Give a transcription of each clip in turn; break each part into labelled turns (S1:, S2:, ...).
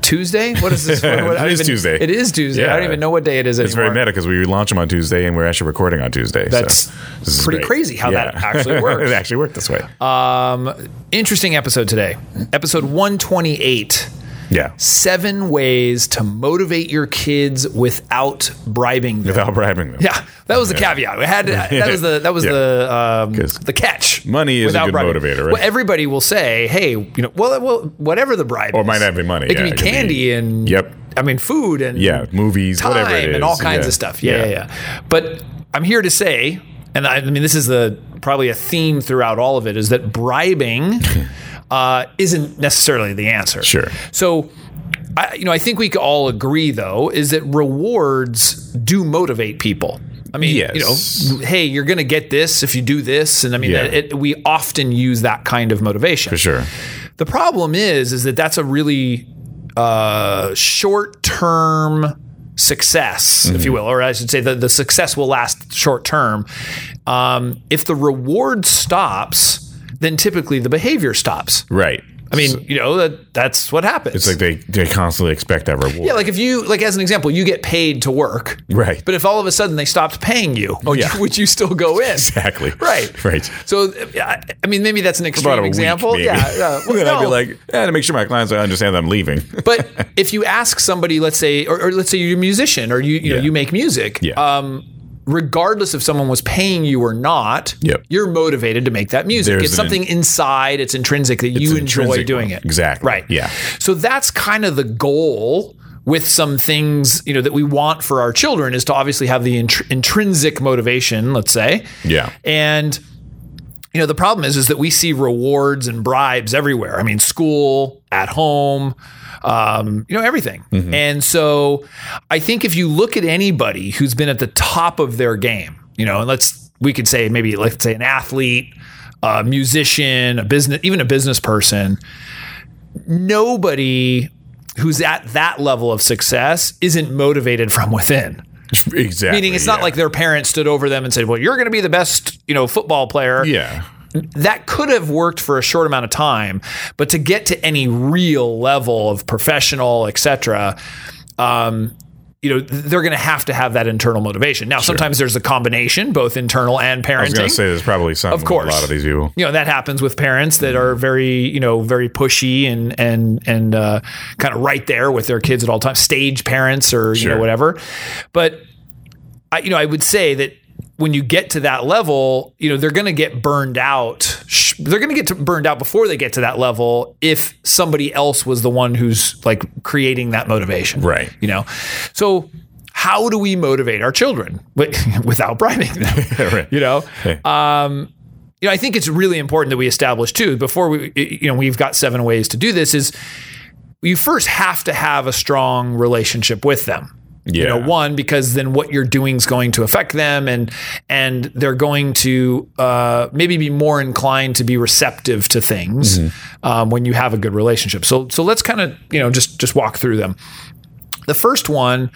S1: Tuesday? What is this? What, what- I
S2: It
S1: don't
S2: is
S1: even-
S2: Tuesday.
S1: It is Tuesday. I
S2: Yeah.
S1: don't even know what day it is
S2: It's very
S1: anymore.
S2: meta because we launch them on Tuesday and we're actually recording on Tuesday.
S1: That's
S2: this is
S1: pretty crazy how that actually works. Uh,
S2: it actually worked this way.
S1: Interesting episode today. Episode 128
S2: yeah.
S1: Seven Ways to Motivate Your Kids Without Bribing Them.
S2: Without bribing them.
S1: yeah, that was the caveat. We had that was the that was
S2: Yeah.
S1: the um,
S2: 'Cause
S1: the catch.
S2: money is a
S1: Without
S2: good motivator, right?
S1: Well, everybody will say, "Hey, you know, well, well whatever the bribe,
S2: Or
S1: is.
S2: might not be money,
S1: It could
S2: yeah,
S1: be candy and
S2: Yep.
S1: I mean food and
S2: Yeah, movies,
S1: time
S2: whatever it is.
S1: and all kinds
S2: Yeah.
S1: of stuff. Yeah, yeah, yeah. But I'm here to say, and I, I mean, this is the probably a theme throughout all of it is that bribing uh, isn't necessarily the answer.
S2: Sure.
S1: So, I, you know, I think we could all agree though is that rewards do motivate people. I mean,
S2: Yes.
S1: you know, hey, you're going to get this if you do this, and I mean,
S2: Yeah.
S1: it, we often use that kind of motivation.
S2: For sure.
S1: The problem is, is that that's a really uh, short-term success,
S2: Mm-hmm.
S1: if you will, or I should say, the, the success will last short-term. Um, if the reward stops, then typically the behavior stops.
S2: Right.
S1: I mean, you know that that's what happens.
S2: it's like they, they constantly expect that reward.
S1: yeah, like if you like as an example, you get paid to work,
S2: Right.
S1: But if all of a sudden they stopped paying you, oh
S2: yeah.
S1: would you still go in?
S2: exactly.
S1: Right.
S2: Right.
S1: So, I I mean, maybe that's an
S2: About a
S1: extreme
S2: week,
S1: example.
S2: maybe.
S1: yeah. yeah. Well,
S2: then I'd be
S1: no.
S2: like, eh, to make sure my clients understand that I'm leaving.
S1: but if you ask somebody, let's say, or, or let's say you're a musician or you you know
S2: Yeah.
S1: you make music,
S2: Yeah.
S1: um, regardless if someone was paying you or not,
S2: Yep.
S1: you're motivated to make that music.
S2: There's
S1: it's
S2: an in-
S1: something inside, it's intrinsic that you
S2: an
S1: enjoy
S2: intrinsic
S1: doing
S2: one.
S1: it.
S2: Exactly.
S1: Right.
S2: Yeah.
S1: So that's kind of the goal with some things you know that we want for our children is to obviously have the intr- intrinsic motivation. Let's say.
S2: Yeah.
S1: And you know, the problem is is that we see rewards and bribes everywhere. I mean, school, at home, um, you know, everything.
S2: Mm-hmm.
S1: And so I think if you look at anybody who's been at the top of their game, you know, and let's we could say maybe let's say an athlete, a musician, a business even a business person, nobody who's at that level of success isn't motivated from within.
S2: Exactly.
S1: Meaning, it's not
S2: yeah.
S1: like their parents stood over them and said, "Well, you're going to be the best, you know, football player."
S2: Yeah.
S1: That could have worked for a short amount of time, but to get to any real level of professional, etc., um, you know, th- they're going to have to have that internal motivation. Now, sometimes there's a combination, both internal and parenting.
S2: I was going to say there's probably some. Of
S1: course.
S2: A lot of these people.
S1: You know that happens with parents that are very, you know, very pushy and and and uh, kind of right there with their kids at all times. Stage parents or you know
S2: Sure.
S1: whatever, but I, you know, I would say that when you get to that level, you know, they're going to get burned out. Sh- They're going to get to- burned out before they get to that level if somebody else was the one who's like creating that motivation.
S2: Right.
S1: You know, so how do we motivate our children Wi- without bribing them?
S2: Right.
S1: You know, you know, I think it's really important that we establish too before we, you know, we've got seven ways to do this is you first have to have a strong relationship with them. You know,
S2: Yeah.
S1: one because then what you're doing is going to affect them, and and they're going to uh, maybe be more inclined to be receptive to things
S2: Mm-hmm.
S1: um, when you have a good relationship. So so let's kind of you know just just walk through them. The first one,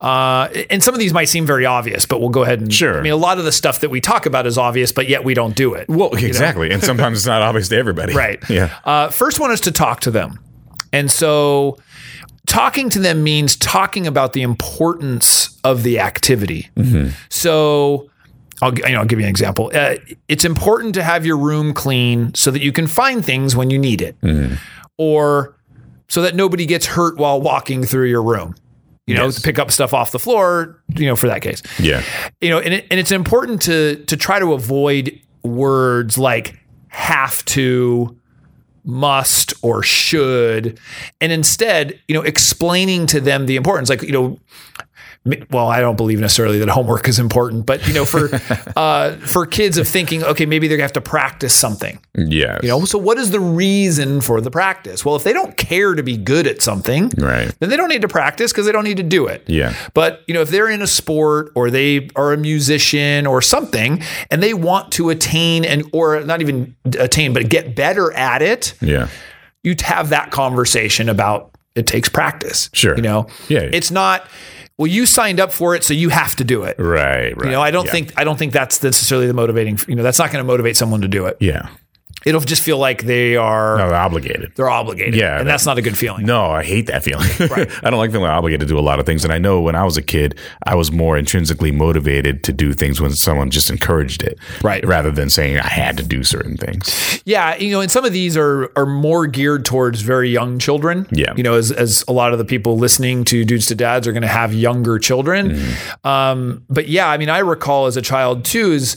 S1: uh, and some of these might seem very obvious, but we'll go ahead and
S2: Sure.
S1: I mean, a lot of the stuff that we talk about is obvious, but yet we don't do it.
S2: Well, exactly. And sometimes it's not obvious to everybody.
S1: Right.
S2: Yeah.
S1: Uh, first one is to talk to them. And so talking to them means talking about the importance of the activity. So I'll, gi- you know, I'll give you an example. Uh, it's important to have your room clean so that you can find things when you need it or so that nobody gets hurt while walking through your room. You know, to pick up stuff off the floor, you know, for that case
S2: Yeah.
S1: you know, and, it, and it's important to to try to avoid words like have to, must, or should, and instead, you know, explaining to them the importance. Like, you know, m- well, I don't believe necessarily that homework is important, but you know, for uh, for kids of thinking, okay, maybe they're gonna have to practice something.
S2: Yes.
S1: You know, so what is the reason for the practice? Well, if they don't care to be good at something,
S2: Right.
S1: then they don't need to practice because they don't need to do it.
S2: Yeah.
S1: But you know, if they're in a sport or they are a musician or something, and they want to attain and or not even attain, but get better at it,
S2: Yeah.
S1: you'd have that conversation about it takes practice.
S2: Sure.
S1: You know?
S2: Yeah.
S1: It's not, well, you signed up for it, so you have to do it.
S2: Right. Right.
S1: You know, I don't
S2: yeah.
S1: think I don't think that's necessarily the motivating. You know, that's not going to motivate someone to do it.
S2: Yeah.
S1: It'll just feel like they are
S2: No, they're obligated.
S1: they're obligated.
S2: Yeah,
S1: and
S2: that-
S1: that's not a good feeling.
S2: No, I hate that feeling. I don't like feeling obligated to do a lot of things. And I know when I was a kid, I was more intrinsically motivated to do things when someone just encouraged it.
S1: Right.
S2: Rather than saying I had to do certain things.
S1: Yeah, you know, and some of these are are more geared towards very young children.
S2: Yeah.
S1: you know, as as a lot of the people listening to Dudes to Dads are going to have younger children. Um, but yeah, I mean, I recall as a child too is.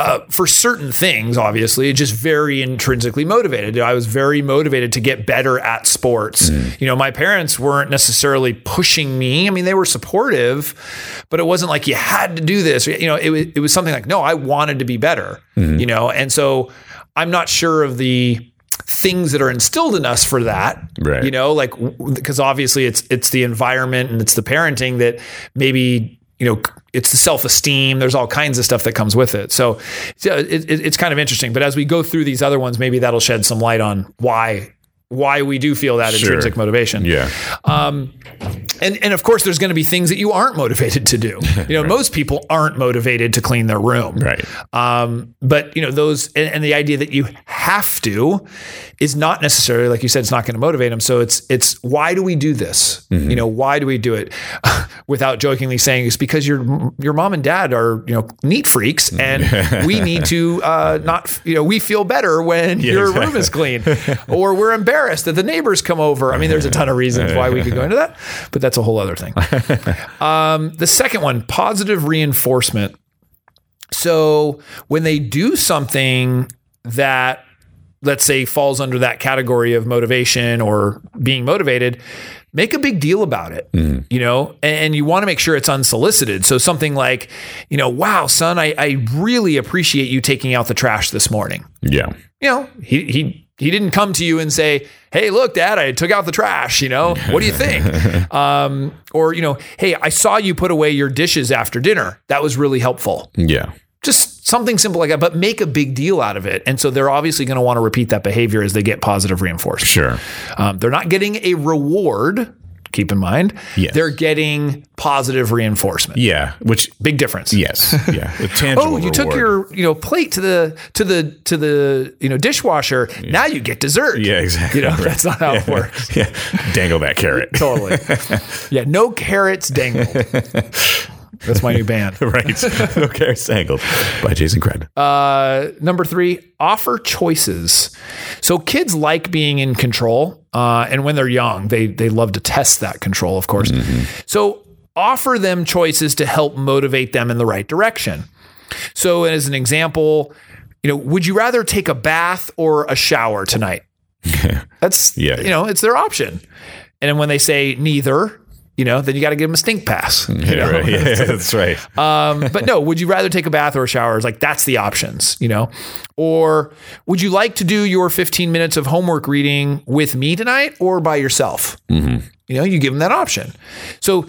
S1: Uh, for certain things, obviously, just very intrinsically motivated. I was very motivated to get better at sports. You know, my parents weren't necessarily pushing me. I mean, they were supportive, but it wasn't like you had to do this. You know, it was it was something like, no, I wanted to be better. You know, and so I'm not sure of the things that are instilled in us for that.
S2: Right.
S1: You know, like because obviously it's it's the environment and it's the parenting that maybe you know it's the self esteem. There's all kinds of stuff that comes with it. So, so it, it- it's kind of interesting. But as we go through these other ones, maybe that'll shed some light on why why we do feel that
S2: Sure.
S1: intrinsic motivation.
S2: Yeah.
S1: And and of course, there's going to be things that you aren't motivated to do. You know, most people aren't motivated to clean their room.
S2: Right.
S1: Um, but you know those, and, and the idea that you have to is not necessarily, like you said, it's not going to motivate them. So it's it's why do we do this? You know, why do we do it? Without jokingly saying it's because your your mom and dad are you know neat freaks, and we need to uh, not you know we feel better when your room is clean, or we're embarrassed that the neighbors come over. I mean, there's a ton of reasons why we could go into that, but that's a whole other thing. Um, the second one, positive reinforcement. So when they do something that, let's say, falls under that category of motivation or being motivated, make a big deal about it, you know, and, and you want to make sure it's unsolicited. So something like, you know, wow, son, I, I really appreciate you taking out the trash this morning.
S2: Yeah.
S1: You know, he, he, he didn't come to you and say, "Hey, look, Dad, I took out the trash." You know, what do you think? um, or you know, "Hey, I saw you put away your dishes after dinner. That was really helpful."
S2: Yeah.
S1: just something simple like that, but make a big deal out of it. And so they're obviously going to want to repeat that behavior as they get positive reinforcement.
S2: Sure.
S1: Um, they're not getting a reward. Keep in mind,
S2: Yes.
S1: they're getting positive reinforcement.
S2: Yeah. Which
S1: Big difference.
S2: yes. Yeah. A tangible
S1: Oh, you took
S2: reward.
S1: your you know plate to the to the to the you know dishwasher. Now you get dessert.
S2: Yeah, exactly.
S1: You know that's not how it works.
S2: yeah. Dangle that carrot.
S1: Totally. yeah. No carrots dangled. That's my new band.
S2: right. No carrots dangled. By Jason Craig.
S1: Uh, number three, offer choices. So kids like being in control, uh, and when they're young, they they love to test that control, of course. So offer them choices to help motivate them in the right direction. So, as an example, you know, would you rather take a bath or a shower tonight? That's
S2: Yeah.
S1: you know, it's their option. And then when they say neither, you know, then you got to give them a stink pass. you know?
S2: yeah, right. yeah, that's right.
S1: Um, but no, would you rather take a bath or a shower? It's like that's the options, you know? Or would you like to do your 15 minutes of homework reading with me tonight or by yourself? You know, you give them that option. So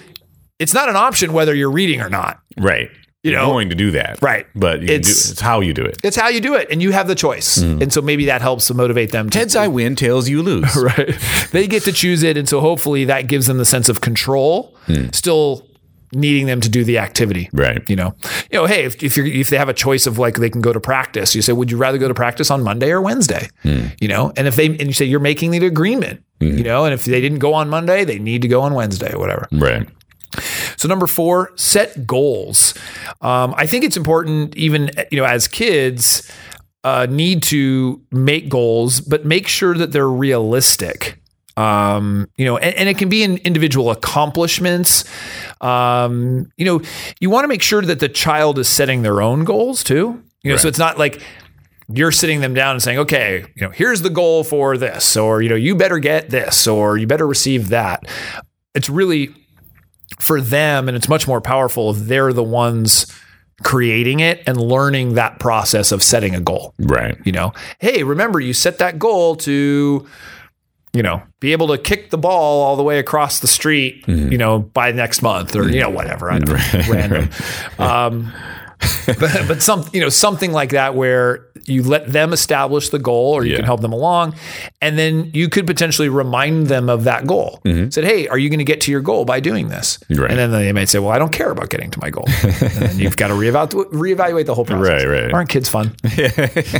S1: it's not an option whether you're reading or not.
S2: right.
S1: You
S2: You're
S1: know,
S2: going to do that.
S1: right.
S2: But you can do,
S1: It's-
S2: it's how you do it.
S1: It's how you do it, and you have the choice. And so maybe that helps to motivate them. To,
S2: Heads I win, tails you lose.
S1: right. They get to choose it. And so hopefully that gives them the sense of control, still needing them to do the activity.
S2: Right.
S1: you know, you know, hey, if if, you're, if they have a choice of like they can go to practice, you say, would you rather go to practice on Monday or Wednesday? You know, and if they and you say you're making the agreement, you know, and if they didn't go on Monday, they need to go on Wednesday, whatever.
S2: Right.
S1: So number four, set goals. Um, I think it's important, even you know, as kids, uh, need to make goals, but make sure that they're realistic. Um, you know, and, and it can be in individual accomplishments. Um, you know, you want to make sure that the child is setting their own goals too. You know, so it's not like you're sitting them down and saying, okay, you know, here's the goal for this, or you know, you better get this, or you better receive that. It's really for them, and it's much more powerful if they're the ones creating it and learning that process of setting a goal.
S2: Right.
S1: You know, hey, remember you set that goal to, you know, be able to kick the ball all the way across the street,
S2: Mm-hmm.
S1: you know, by next month or you know whatever, I don't know, random. Um, but, but some you know something like that where you let them establish the goal or you
S2: Yeah.
S1: can help them along and then you could potentially remind them of that goal said hey are you going to get to your goal by doing this
S2: Mm-hmm. Right.
S1: and then they might say well i don't care about getting to my goal and then you've got to reevaluate, reevaluate the whole process
S2: Right, right.
S1: aren't kids fun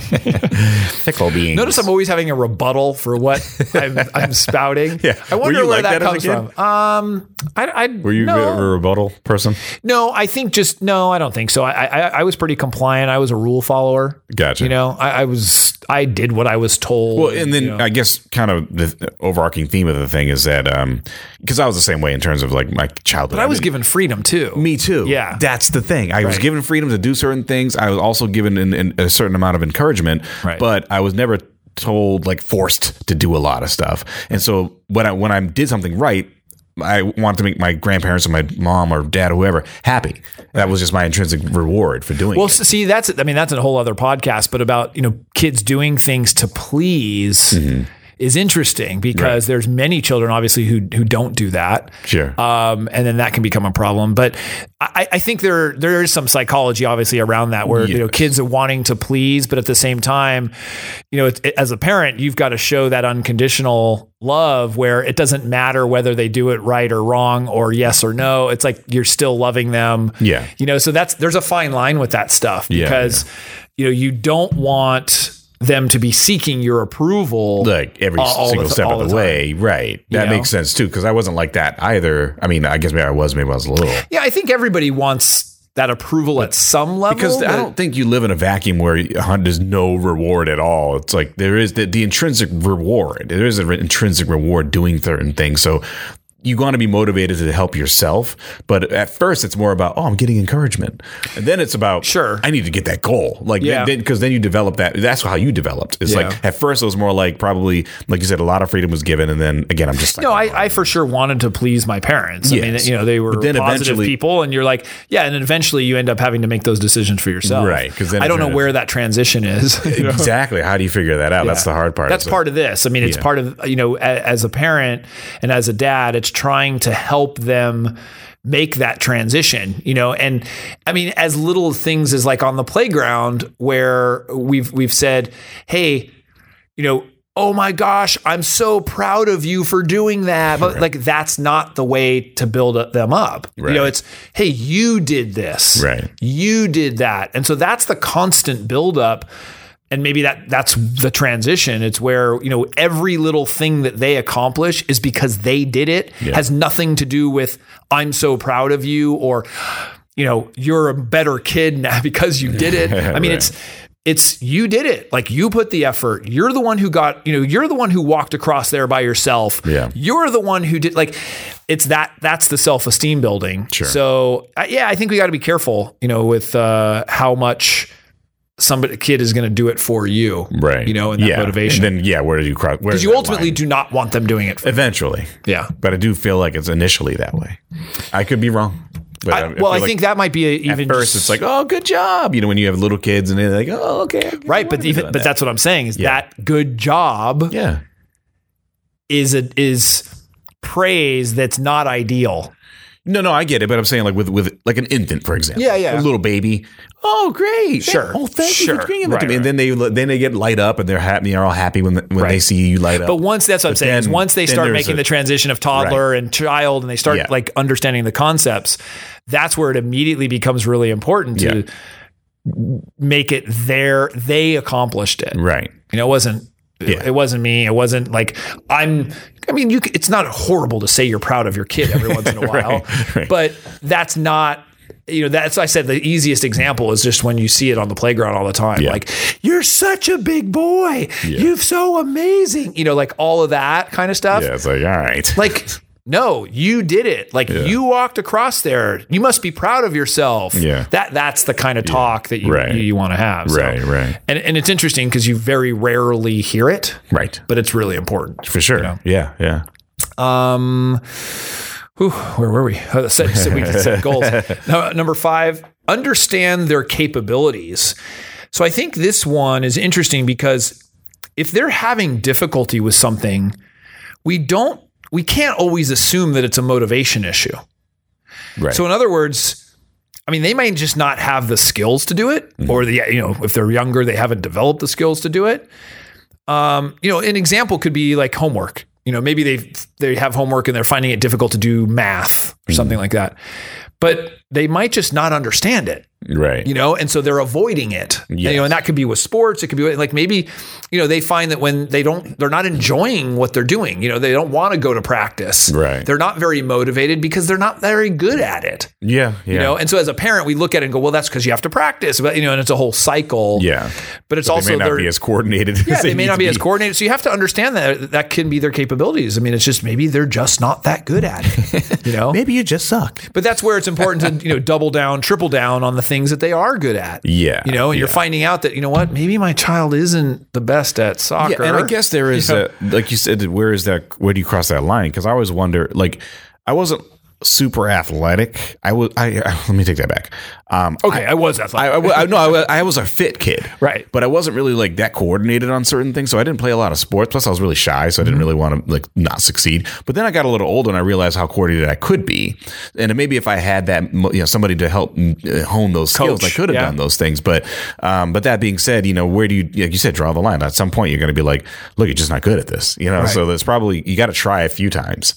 S2: Pickle beans.
S1: notice i'm always having a rebuttal for what i'm, I'm spouting
S2: Yeah.
S1: i
S2: Were
S1: wonder
S2: you
S1: where
S2: like
S1: that,
S2: that as a
S1: comes
S2: kid?
S1: from um i, I
S2: Were you a bit
S1: no.
S2: of a rebuttal person?
S1: No, I think just no. I don't think so. I I, I was pretty compliant. I was a rule follower.
S2: Gotcha.
S1: You know, I, I was I did what I was told.
S2: Well, and then I guess kind of the overarching theme of the thing is that because I was the same way in terms of like my childhood.
S1: I was given freedom too.
S2: Me too.
S1: Yeah.
S2: That's the thing. I was
S1: Right.
S2: given freedom to do certain things. I was also given an, an, a certain amount of encouragement,
S1: Right.
S2: but I was never told like forced to do a lot of stuff. And so when I when I did something right, I wanted to make my grandparents or my mom or dad or whoever happy. That was just my intrinsic reward for doing
S1: Well,
S2: it.
S1: s- see, that's I mean, that's a whole other podcast. But about you know, kids doing things to please
S2: Mm-hmm.
S1: is interesting because there's many children obviously who who don't do that.
S2: Sure.
S1: um, and then that can become a problem. But I, I think there there is some psychology obviously around that where you know
S2: Yes.
S1: kids are wanting to please, but at the same time, you know, it's, it, as a parent, you've got to show that unconditional love where it doesn't matter whether they do it right or wrong or yes or no. It's like you're still loving them.
S2: Yeah.
S1: you know, so that's there's a fine line with that stuff
S2: Yeah,
S1: because you know you don't want them to be seeking your approval
S2: like every
S1: all- all
S2: single
S1: the-
S2: step
S1: all
S2: of the,
S1: the time.
S2: way. Right. That
S1: know?
S2: makes sense too, because I wasn't like that either. I mean, I guess maybe I was, maybe I was a little.
S1: Yeah, I think everybody wants that approval at some level
S2: Because I
S1: but-
S2: don't think you live in a vacuum where you- uh, there's no reward at all. It's like there is the, the intrinsic reward. There is an re- intrinsic reward doing certain things. So you want to be motivated to help yourself. But at first, it's more about, oh, I'm getting encouragement. And then it's about,
S1: Sure.
S2: I need to get that goal. Like,
S1: Yeah.
S2: because then, 'cause then you develop that. That's how you developed. It's
S1: Yeah.
S2: like at first, it was more like probably, like you said, a lot of freedom was given. And then again, I'm just like,
S1: No, I, I for sure wanted to please my parents. I mean,
S2: Yes.
S1: you know, they were
S2: But then
S1: positive
S2: eventually-
S1: people, and you're like, yeah, and eventually you end up having to make those decisions for yourself,
S2: Right, 'cause then
S1: I
S2: it
S1: don't know
S2: turns-
S1: where that transition is.
S2: exactly. How do you figure that out? That's the hard part.
S1: That's
S2: It's like-
S1: part of this. I mean, it's part of you know, a, as a parent and as a dad, it's trying to help them make that transition. You know, and I mean, as little things as like on the playground where we've we've said, hey, you know. Oh my gosh, I'm so proud of you for doing that. But like that's not the way to build up- them up. You know,
S2: Right.
S1: it's hey, you did this.
S2: Right.
S1: You did that. And so that's the constant buildup. And maybe that that's the transition. It's where, you know, every little thing that they accomplish is because they did it, has nothing to do with I'm so proud of you or you know, you're a better kid now because you did it. I mean,
S2: Right.
S1: it's it's you did it. Like you put the effort. You're the one who got, you know, you're the one who walked across there by yourself.
S2: Yeah.
S1: You're the one who did like it's that that's the self-esteem building. Sure. So, I- yeah, I think we got to be careful, you know, with uh how much somebody kid is going to do it for you.
S2: Right.
S1: You know, and that
S2: yeah.
S1: motivation.
S2: And then, yeah, where do you cross? Because
S1: Because you ultimately do not want them doing it. For,
S2: Eventually.
S1: yeah.
S2: But I do feel like it's initially that way. I could be wrong. But
S1: I, well, I
S2: feel like
S1: think that might be a, even
S2: at first
S1: just-
S2: it's like, oh, good job. You know, when you have little kids and they're like, oh, okay.
S1: right, but even but that's what I'm saying is that good job
S2: yeah.
S1: is a, is praise that's not ideal.
S2: No, no, I get it, but I'm saying like with with like an infant, for example.
S1: Yeah, yeah.
S2: A little baby. Oh, great.
S1: Sure,
S2: Thank- Oh, thank you
S1: sure.
S2: for bringing that to
S1: Right,
S2: me. And then they then they get light up and they're happy. They're all happy when when they
S1: Right.
S2: see you light up.
S1: But once that's what I'm saying is
S2: then-
S1: once they
S2: then
S1: start
S2: there's
S1: making
S2: a-
S1: the transition of toddler and child and they start
S2: Yeah.
S1: like understanding the concepts, that's where it immediately becomes really important to make it their they accomplished it.
S2: right.
S1: You know, it wasn't
S2: Yeah.
S1: it wasn't me. It wasn't like I'm. I mean, you. c- It's not horrible to say you're proud of your kid every once in a while,
S2: right.
S1: but that's not. You know, that's why I said the easiest example is just when you see it on the playground all the time.
S2: Yeah.
S1: Like, you're such a big boy. You're so amazing. You know, like all of that kind of stuff.
S2: Yeah, it's like, all right.
S1: Like, no, you did it. Like you walked across there. You must be proud of yourself.
S2: Yeah.
S1: That that's the kind of talk that you
S2: Right.
S1: you, want to have. So-
S2: Right, right.
S1: And and it's interesting because you very rarely hear it,
S2: right.
S1: but it's really important.
S2: For sure. Yeah, yeah.
S1: Um, Whew, where were we? Uh, set, so we set goals. No, number five, understand their capabilities. So I think this one is interesting because if they're having difficulty with something, we don't, we can't always assume that it's a motivation issue.
S2: Right.
S1: So in other words, I mean, they might just not have the skills to do it, or the you know, if they're younger, they haven't developed the skills to do it. Um, you know, an example could be like homework. You know, maybe they they have homework and they're finding it difficult to do math
S2: Mm-hmm.
S1: or something like that, but they might just not understand it
S2: right.
S1: you know, and so they're avoiding it. You know, and that could be with sports. It could be with- like maybe, you know, they find that when they don't, they're not enjoying what they're doing. You know, they don't want to go to practice.
S2: Right.
S1: They're not very motivated because they're not very good at it.
S2: yeah. Yeah.
S1: You know, and so as a parent, we look at it and go, well, that's because you have to practice. But you know, and it's a whole cycle.
S2: yeah.
S1: But it's
S2: They
S1: also
S2: may not
S1: their
S2: be as coordinated. as
S1: yeah, they may
S2: need
S1: not
S2: to
S1: be, as coordinated. So you have to understand that that can be their capabilities. I mean, it's just maybe they're just not that good at it. You know.
S2: Maybe you just suck.
S1: But that's where it's important to you know double down, triple down on the things that they are good at.
S2: Yeah,
S1: you know, and you're
S2: yeah.
S1: finding out that you know what, maybe my child isn't the best at soccer.
S2: Yeah, and I guess there is a like you said, where is that? Where do you cross that line? Because I always wonder. Like, I wasn't super athletic. I was. I, I let me take that back. Um,
S1: okay, I, was athletic.
S2: I, I, wa- I- no, I, wa- I was a fit kid,
S1: Right.
S2: But I wasn't really like that coordinated on certain things, so I didn't play a lot of sports. Plus, I was really shy, so I
S1: Mm-hmm.
S2: didn't really want to like not succeed. But then I got a little older, and I realized how coordinated I could be, and maybe if I had that, mo- you know, somebody to help mm, uh, hone those skills, I
S1: Coach,
S2: could have
S1: yeah.
S2: done those things. But, um, but that being said, you know, where do you, like you said, draw the line? At some point, you're going to be like, look, you're just not good at this, you know. So there's probably you got to try a few times,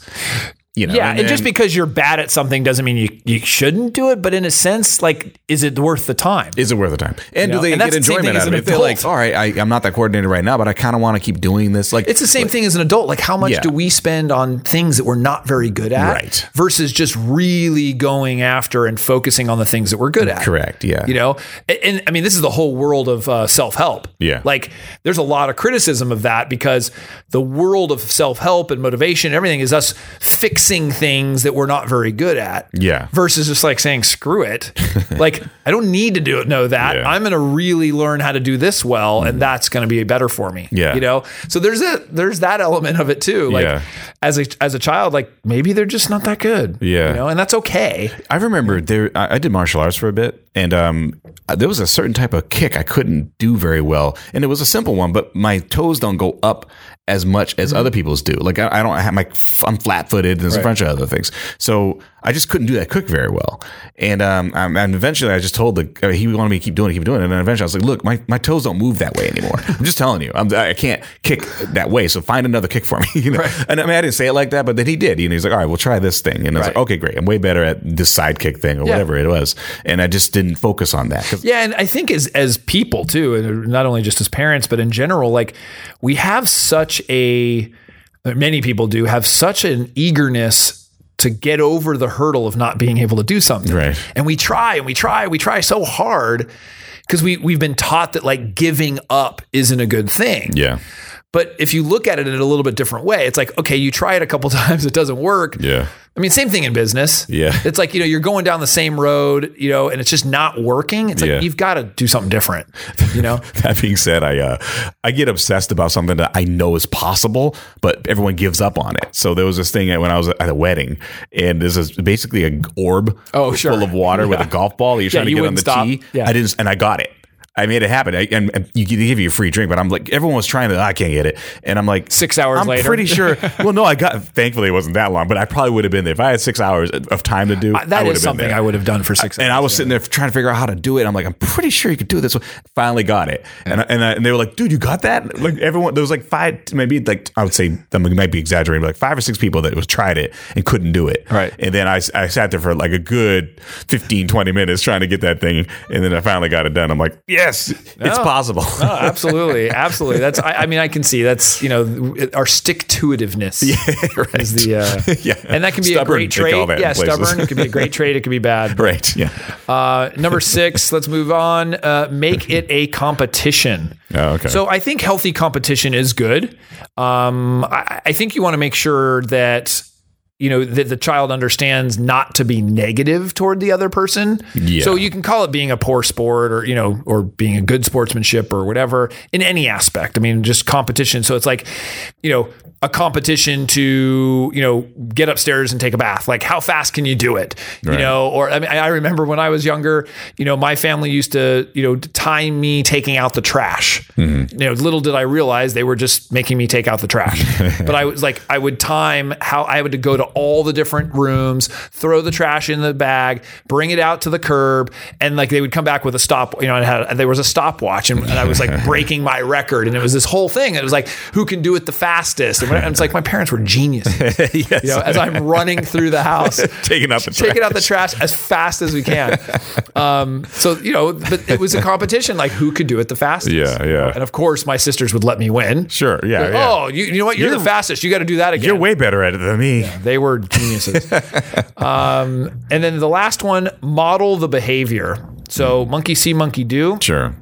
S2: you know.
S1: yeah, and, just
S2: then-
S1: because you're bad at something doesn't mean you, you shouldn't do it. But in a sense, like, is it worth the time?
S2: Is it worth the time? And
S1: know?
S2: do they
S1: And
S2: get
S1: that's the same
S2: enjoyment
S1: thing as
S2: out
S1: an
S2: of it? If they're
S1: adult.
S2: like, all right, I, I'm not that coordinated right now, but I kind of want to keep doing this. Like,
S1: It's the same thing as an adult. Like, how much
S2: Yeah.
S1: do we spend on things that we're not very good at,
S2: Right.
S1: Versus just really going after and focusing on the things that we're good at.
S2: correct. Yeah.
S1: You know, and, and, I mean, this is the whole world of uh, self help.
S2: Yeah.
S1: Like, there's a lot of criticism of that because the world of self help and motivation and everything is us fixing things that we're not very good at.
S2: Yeah.
S1: Versus just like saying, screw it. like, I don't need to do it, know that.
S2: Yeah. Mm-hmm.
S1: I'm going to really learn how to do this well, and that's going to be better for me.
S2: Yeah.
S1: You know, so there's a, there's that element of it too. Like,
S2: Yeah.
S1: as a, as a child, like maybe they're just not that good.
S2: Yeah.
S1: You know, and that's okay.
S2: I remember there. I I did martial arts for a bit, and um, there was a certain type of kick I couldn't do very well, and it was a simple one. But my toes don't go up as much
S1: Mm-hmm.
S2: as other people's do. Like I, I don't have my, I'm flat footed, and there's a bunch of other things. So I just couldn't do that kick very well. And um, um, and eventually I just told the uh, he wanted me to keep doing it, keep doing it, and then eventually I was like, look, my, my toes don't move that way anymore. I'm just telling you, I'm, I can't kick that way. So find another kick for me. You know? And I mean, I didn't say it like that, but then he did. You know, he's like, all right, we'll try this thing, and I was like,
S1: Right.
S2: okay, great. I'm way better at this sidekick thing or
S1: Yeah.
S2: whatever it was. And I just didn't focus on that. 'Cause-
S1: Yeah, and I think as as people too, and not only just as parents, but in general, like we have such a many people do have such an eagerness to get over the hurdle of not being able to do something.
S2: Right.
S1: And we try and we try, we try so hard because we we've been taught that like giving up isn't a good thing.
S2: Yeah.
S1: But if you look at it in a little bit different way, it's like, okay, you try it a couple times, it doesn't work.
S2: Yeah.
S1: I mean, same thing in business.
S2: Yeah.
S1: It's like, you know, you're going down the same road, you know, and it's just not working. It's like,
S2: Yeah.
S1: you've got to do something different, you know?
S2: That being said, I uh, I get obsessed about something that I know is possible, but everyone gives up on it. So there was this thing when I was at a wedding, and this is basically an orb
S1: Oh, sure.
S2: full of water with a golf ball. You're trying
S1: you
S2: to get on
S1: wouldn't
S2: the
S1: stop.
S2: tee.
S1: Yeah.
S2: I didn't, and I got it. I made it happen. I, and, and you, they give you a free drink, but I'm like, everyone was trying to. I can't get it, and I'm like,
S1: Six hours
S2: I'm
S1: later.
S2: pretty sure. Well, no, I got. Thankfully, it wasn't that long, but I probably would have been there if I had six hours of time to do. I
S1: Uh, That
S2: would
S1: is
S2: have been
S1: something
S2: there.
S1: I would have done for six
S2: And I was sitting there trying to figure out how to do it. I'm like, I'm pretty sure you could do this. Finally got it. And I, and, I, and they were like, dude, you got that? Like everyone, there was like five, maybe like, I would say, I might be exaggerating, but like five or six people that was tried it and couldn't do it.
S1: Right.
S2: And then I, I sat there for like a good 15, 20 minutes trying to get that thing. And then I finally got it done. I'm like, yes, it's possible.
S1: Oh, absolutely. Absolutely. That's, I, I mean, I can see that's, you know, our stick to itiveness is the, uh,
S2: Yeah.
S1: and that can be
S2: Stubborn,
S1: a great
S2: they call
S1: trait.
S2: that in
S1: Yeah.
S2: places.
S1: Stubborn. It could be a great trait. It could be bad.
S2: Right. Yeah.
S1: Uh, number six, let's move on. Uh, make it a competition.
S2: Oh, okay.
S1: So I think healthy competition is good. Um, I, I think you want to make sure that you know that the child understands not to be negative toward the other person.
S2: Yeah.
S1: So you can call it being a poor sport or you know or being a good sportsmanship or whatever in any aspect. I mean just competition. So it's like you know a competition to you know get upstairs and take a bath. Like how fast can you do it? You
S2: Right.
S1: know or I mean I remember when I was younger, you know my family used to you know time me taking out the trash.
S2: Mm-hmm.
S1: You know little did I realize they were just making me take out the trash. but I was like I would time how I would go to all the different rooms, throw the trash in the bag, bring it out to the curb, and like they would come back with a stop. You know, and had, there was a stopwatch, and, and I was like breaking my record, and it was this whole thing. It was like who can do it the fastest, and, when- and it's like my parents were geniuses.
S2: yes.
S1: You know, as I'm running through the house,
S2: Taking out the trash.
S1: taking out the trash as fast as we can. Um, so you know, but it was a competition, like who could do it the fastest.
S2: Yeah, yeah.
S1: And of course, my sisters would let me win.
S2: Sure. Yeah. yeah.
S1: Oh, you, you know what? You're,
S2: You're-
S1: the fastest. You got to do that again.
S2: You're way better at it than me.
S1: They were geniuses. um, and then the last one, model the behavior. So monkey see, monkey do.
S2: Sure.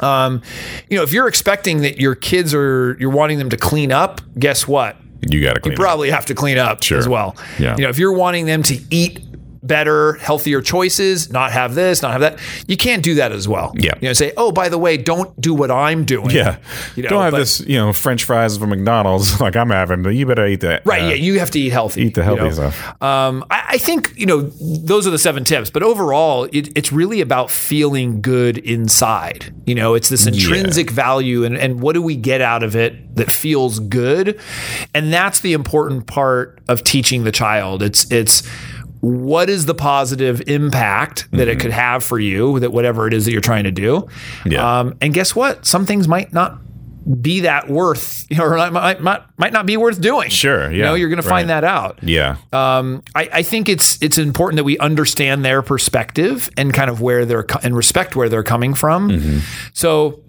S1: Um, you know, if you're expecting that your kids are, you're wanting them to clean up, guess what?
S2: You got to clean. up.
S1: Probably have to clean up as well.
S2: Yeah.
S1: You know, if you're wanting them to eat better, healthier choices, not have this, not have that, you can't do that as well.
S2: Yeah.
S1: You know, say, oh, by the way, don't do what I'm doing.
S2: Yeah.
S1: You know,
S2: Don't have
S1: but-
S2: this, you know, French fries from McDonald's like I'm having, but you better eat that.
S1: Right.
S2: uh,
S1: yeah. You have to eat healthy.
S2: eat the
S1: you know?
S2: healthy stuff.
S1: Um, I, I think you know those are the seven tips, but overall, it, it's really about feeling good inside. You know, it's this intrinsic value, and and what do we get out of it that feels good, and that's the important part of teaching the child. It's it's what is the positive impact that
S2: Mm-hmm.
S1: it could have for you that whatever it is that you're trying to do
S2: Yeah.
S1: um, and guess what some things might not be that worth you know, or might, might, might not be worth doing
S2: Sure,
S1: you
S2: yeah,
S1: know you're gonna find
S2: right.
S1: that out
S2: Yeah.
S1: um, I, I think it's it's important that we understand their perspective and kind of where they're co- and respect where they're coming from.
S2: Mm-hmm.
S1: So,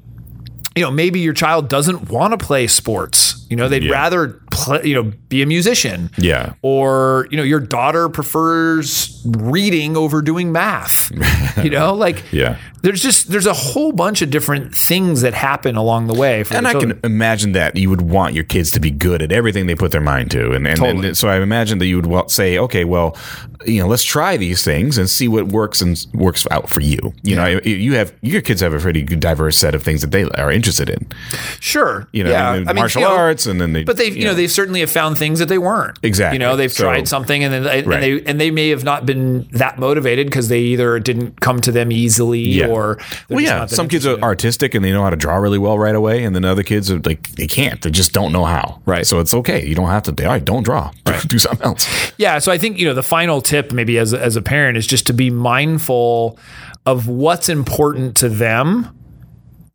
S1: you know, maybe your child doesn't want to play sports. You know, they'd rather play, you know be a musician.
S2: Yeah.
S1: Or you know, your daughter prefers reading over doing math. you know, like
S2: Yeah.
S1: There's just there's a whole bunch of different things that happen along the way. For
S2: and
S1: the
S2: I
S1: children.
S2: can imagine that you would want your kids to be good at everything they put their mind to, and and,
S1: Totally.
S2: and so I imagine that you would well, say, okay, well, you know, let's try these things and see what works and s- works out for you. You know, you- you have your kids have a pretty good diverse set of things that they are interested in.
S1: sure.
S2: You know,
S1: yeah.
S2: and
S1: I
S2: then
S1: mean,
S2: martial
S1: you know,
S2: arts, and then they,
S1: But they, you know, they certainly have found things that they weren't.
S2: Exactly.
S1: You know, they've
S2: So-
S1: tried something, and then
S2: Right.
S1: and they and they may have not been that motivated because they either didn't come to them easily or they're
S2: well,
S1: just
S2: yeah,
S1: not that
S2: some kids are artistic and they know how to draw really well right away, and then other kids are like they can't, they just don't know how.
S1: Right.
S2: So it's okay. You don't have to. All right, don't draw. Do something else.
S1: Yeah, so I think you know the final tip maybe as as a parent is just to be mindful of what's important to them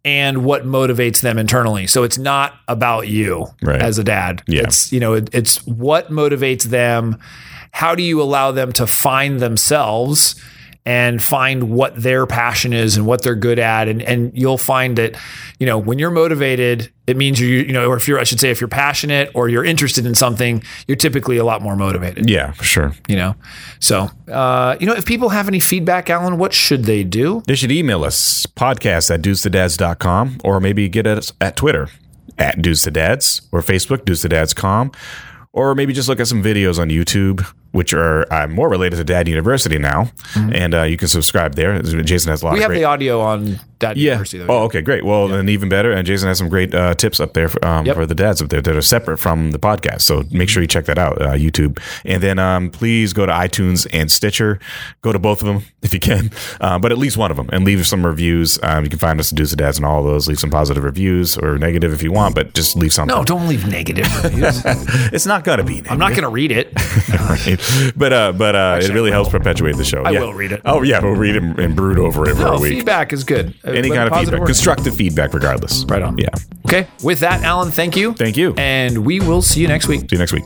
S1: and what motivates them internally. So it's not about you
S2: Right.
S1: as a dad.
S2: Yeah.
S1: It's you know it, it's what motivates them. How do you allow them to find themselves and find what their passion is and what they're good at and and you'll find that you know when you're motivated it means you you know or if you're I should say if you're passionate or you're interested in something you're typically a lot more motivated
S2: Yeah, for sure.
S1: you know so uh, you know if people have any feedback alan what should they do
S2: They should email us podcast at dudesdads.com or maybe get us at Twitter at dudesdads or Facebook dudesdads.com or maybe just look at some videos on YouTube, which are uh, more related to Dad University now, and uh, you can subscribe there. Jason has a lot.
S1: Mm-hmm. we
S2: of
S1: have
S2: great-
S1: the audio on that
S2: yeah.
S1: university though.
S2: Oh, okay, great. Well, then even better. And Jason has some great uh, tips up there um, for the dads up there that are separate from the podcast. So make sure you check that out, uh, YouTube. And then um, please go to iTunes and Stitcher. Go to both of them if you can, uh, but at least one of them and leave some reviews. Um, you can find us at Deuce of Dads and all those. Leave some positive reviews or negative if you want, but just leave something.
S1: no don't leave negative reviews i'm
S2: It's not going to be negative.
S1: not going to read it
S2: Right. But uh, but uh, it really helps perpetuate the show. I
S1: will read it.
S2: Oh, yeah. We'll read it and brood over it for
S1: no
S2: a week.
S1: feedback is good Uh,
S2: Any
S1: but
S2: kind of
S1: positive
S2: feedback,
S1: words.
S2: constructive feedback, regardless.
S1: Right on.
S2: Yeah.
S1: okay with that alan thank you
S2: Thank you.
S1: and we will see you next week
S2: See you next week.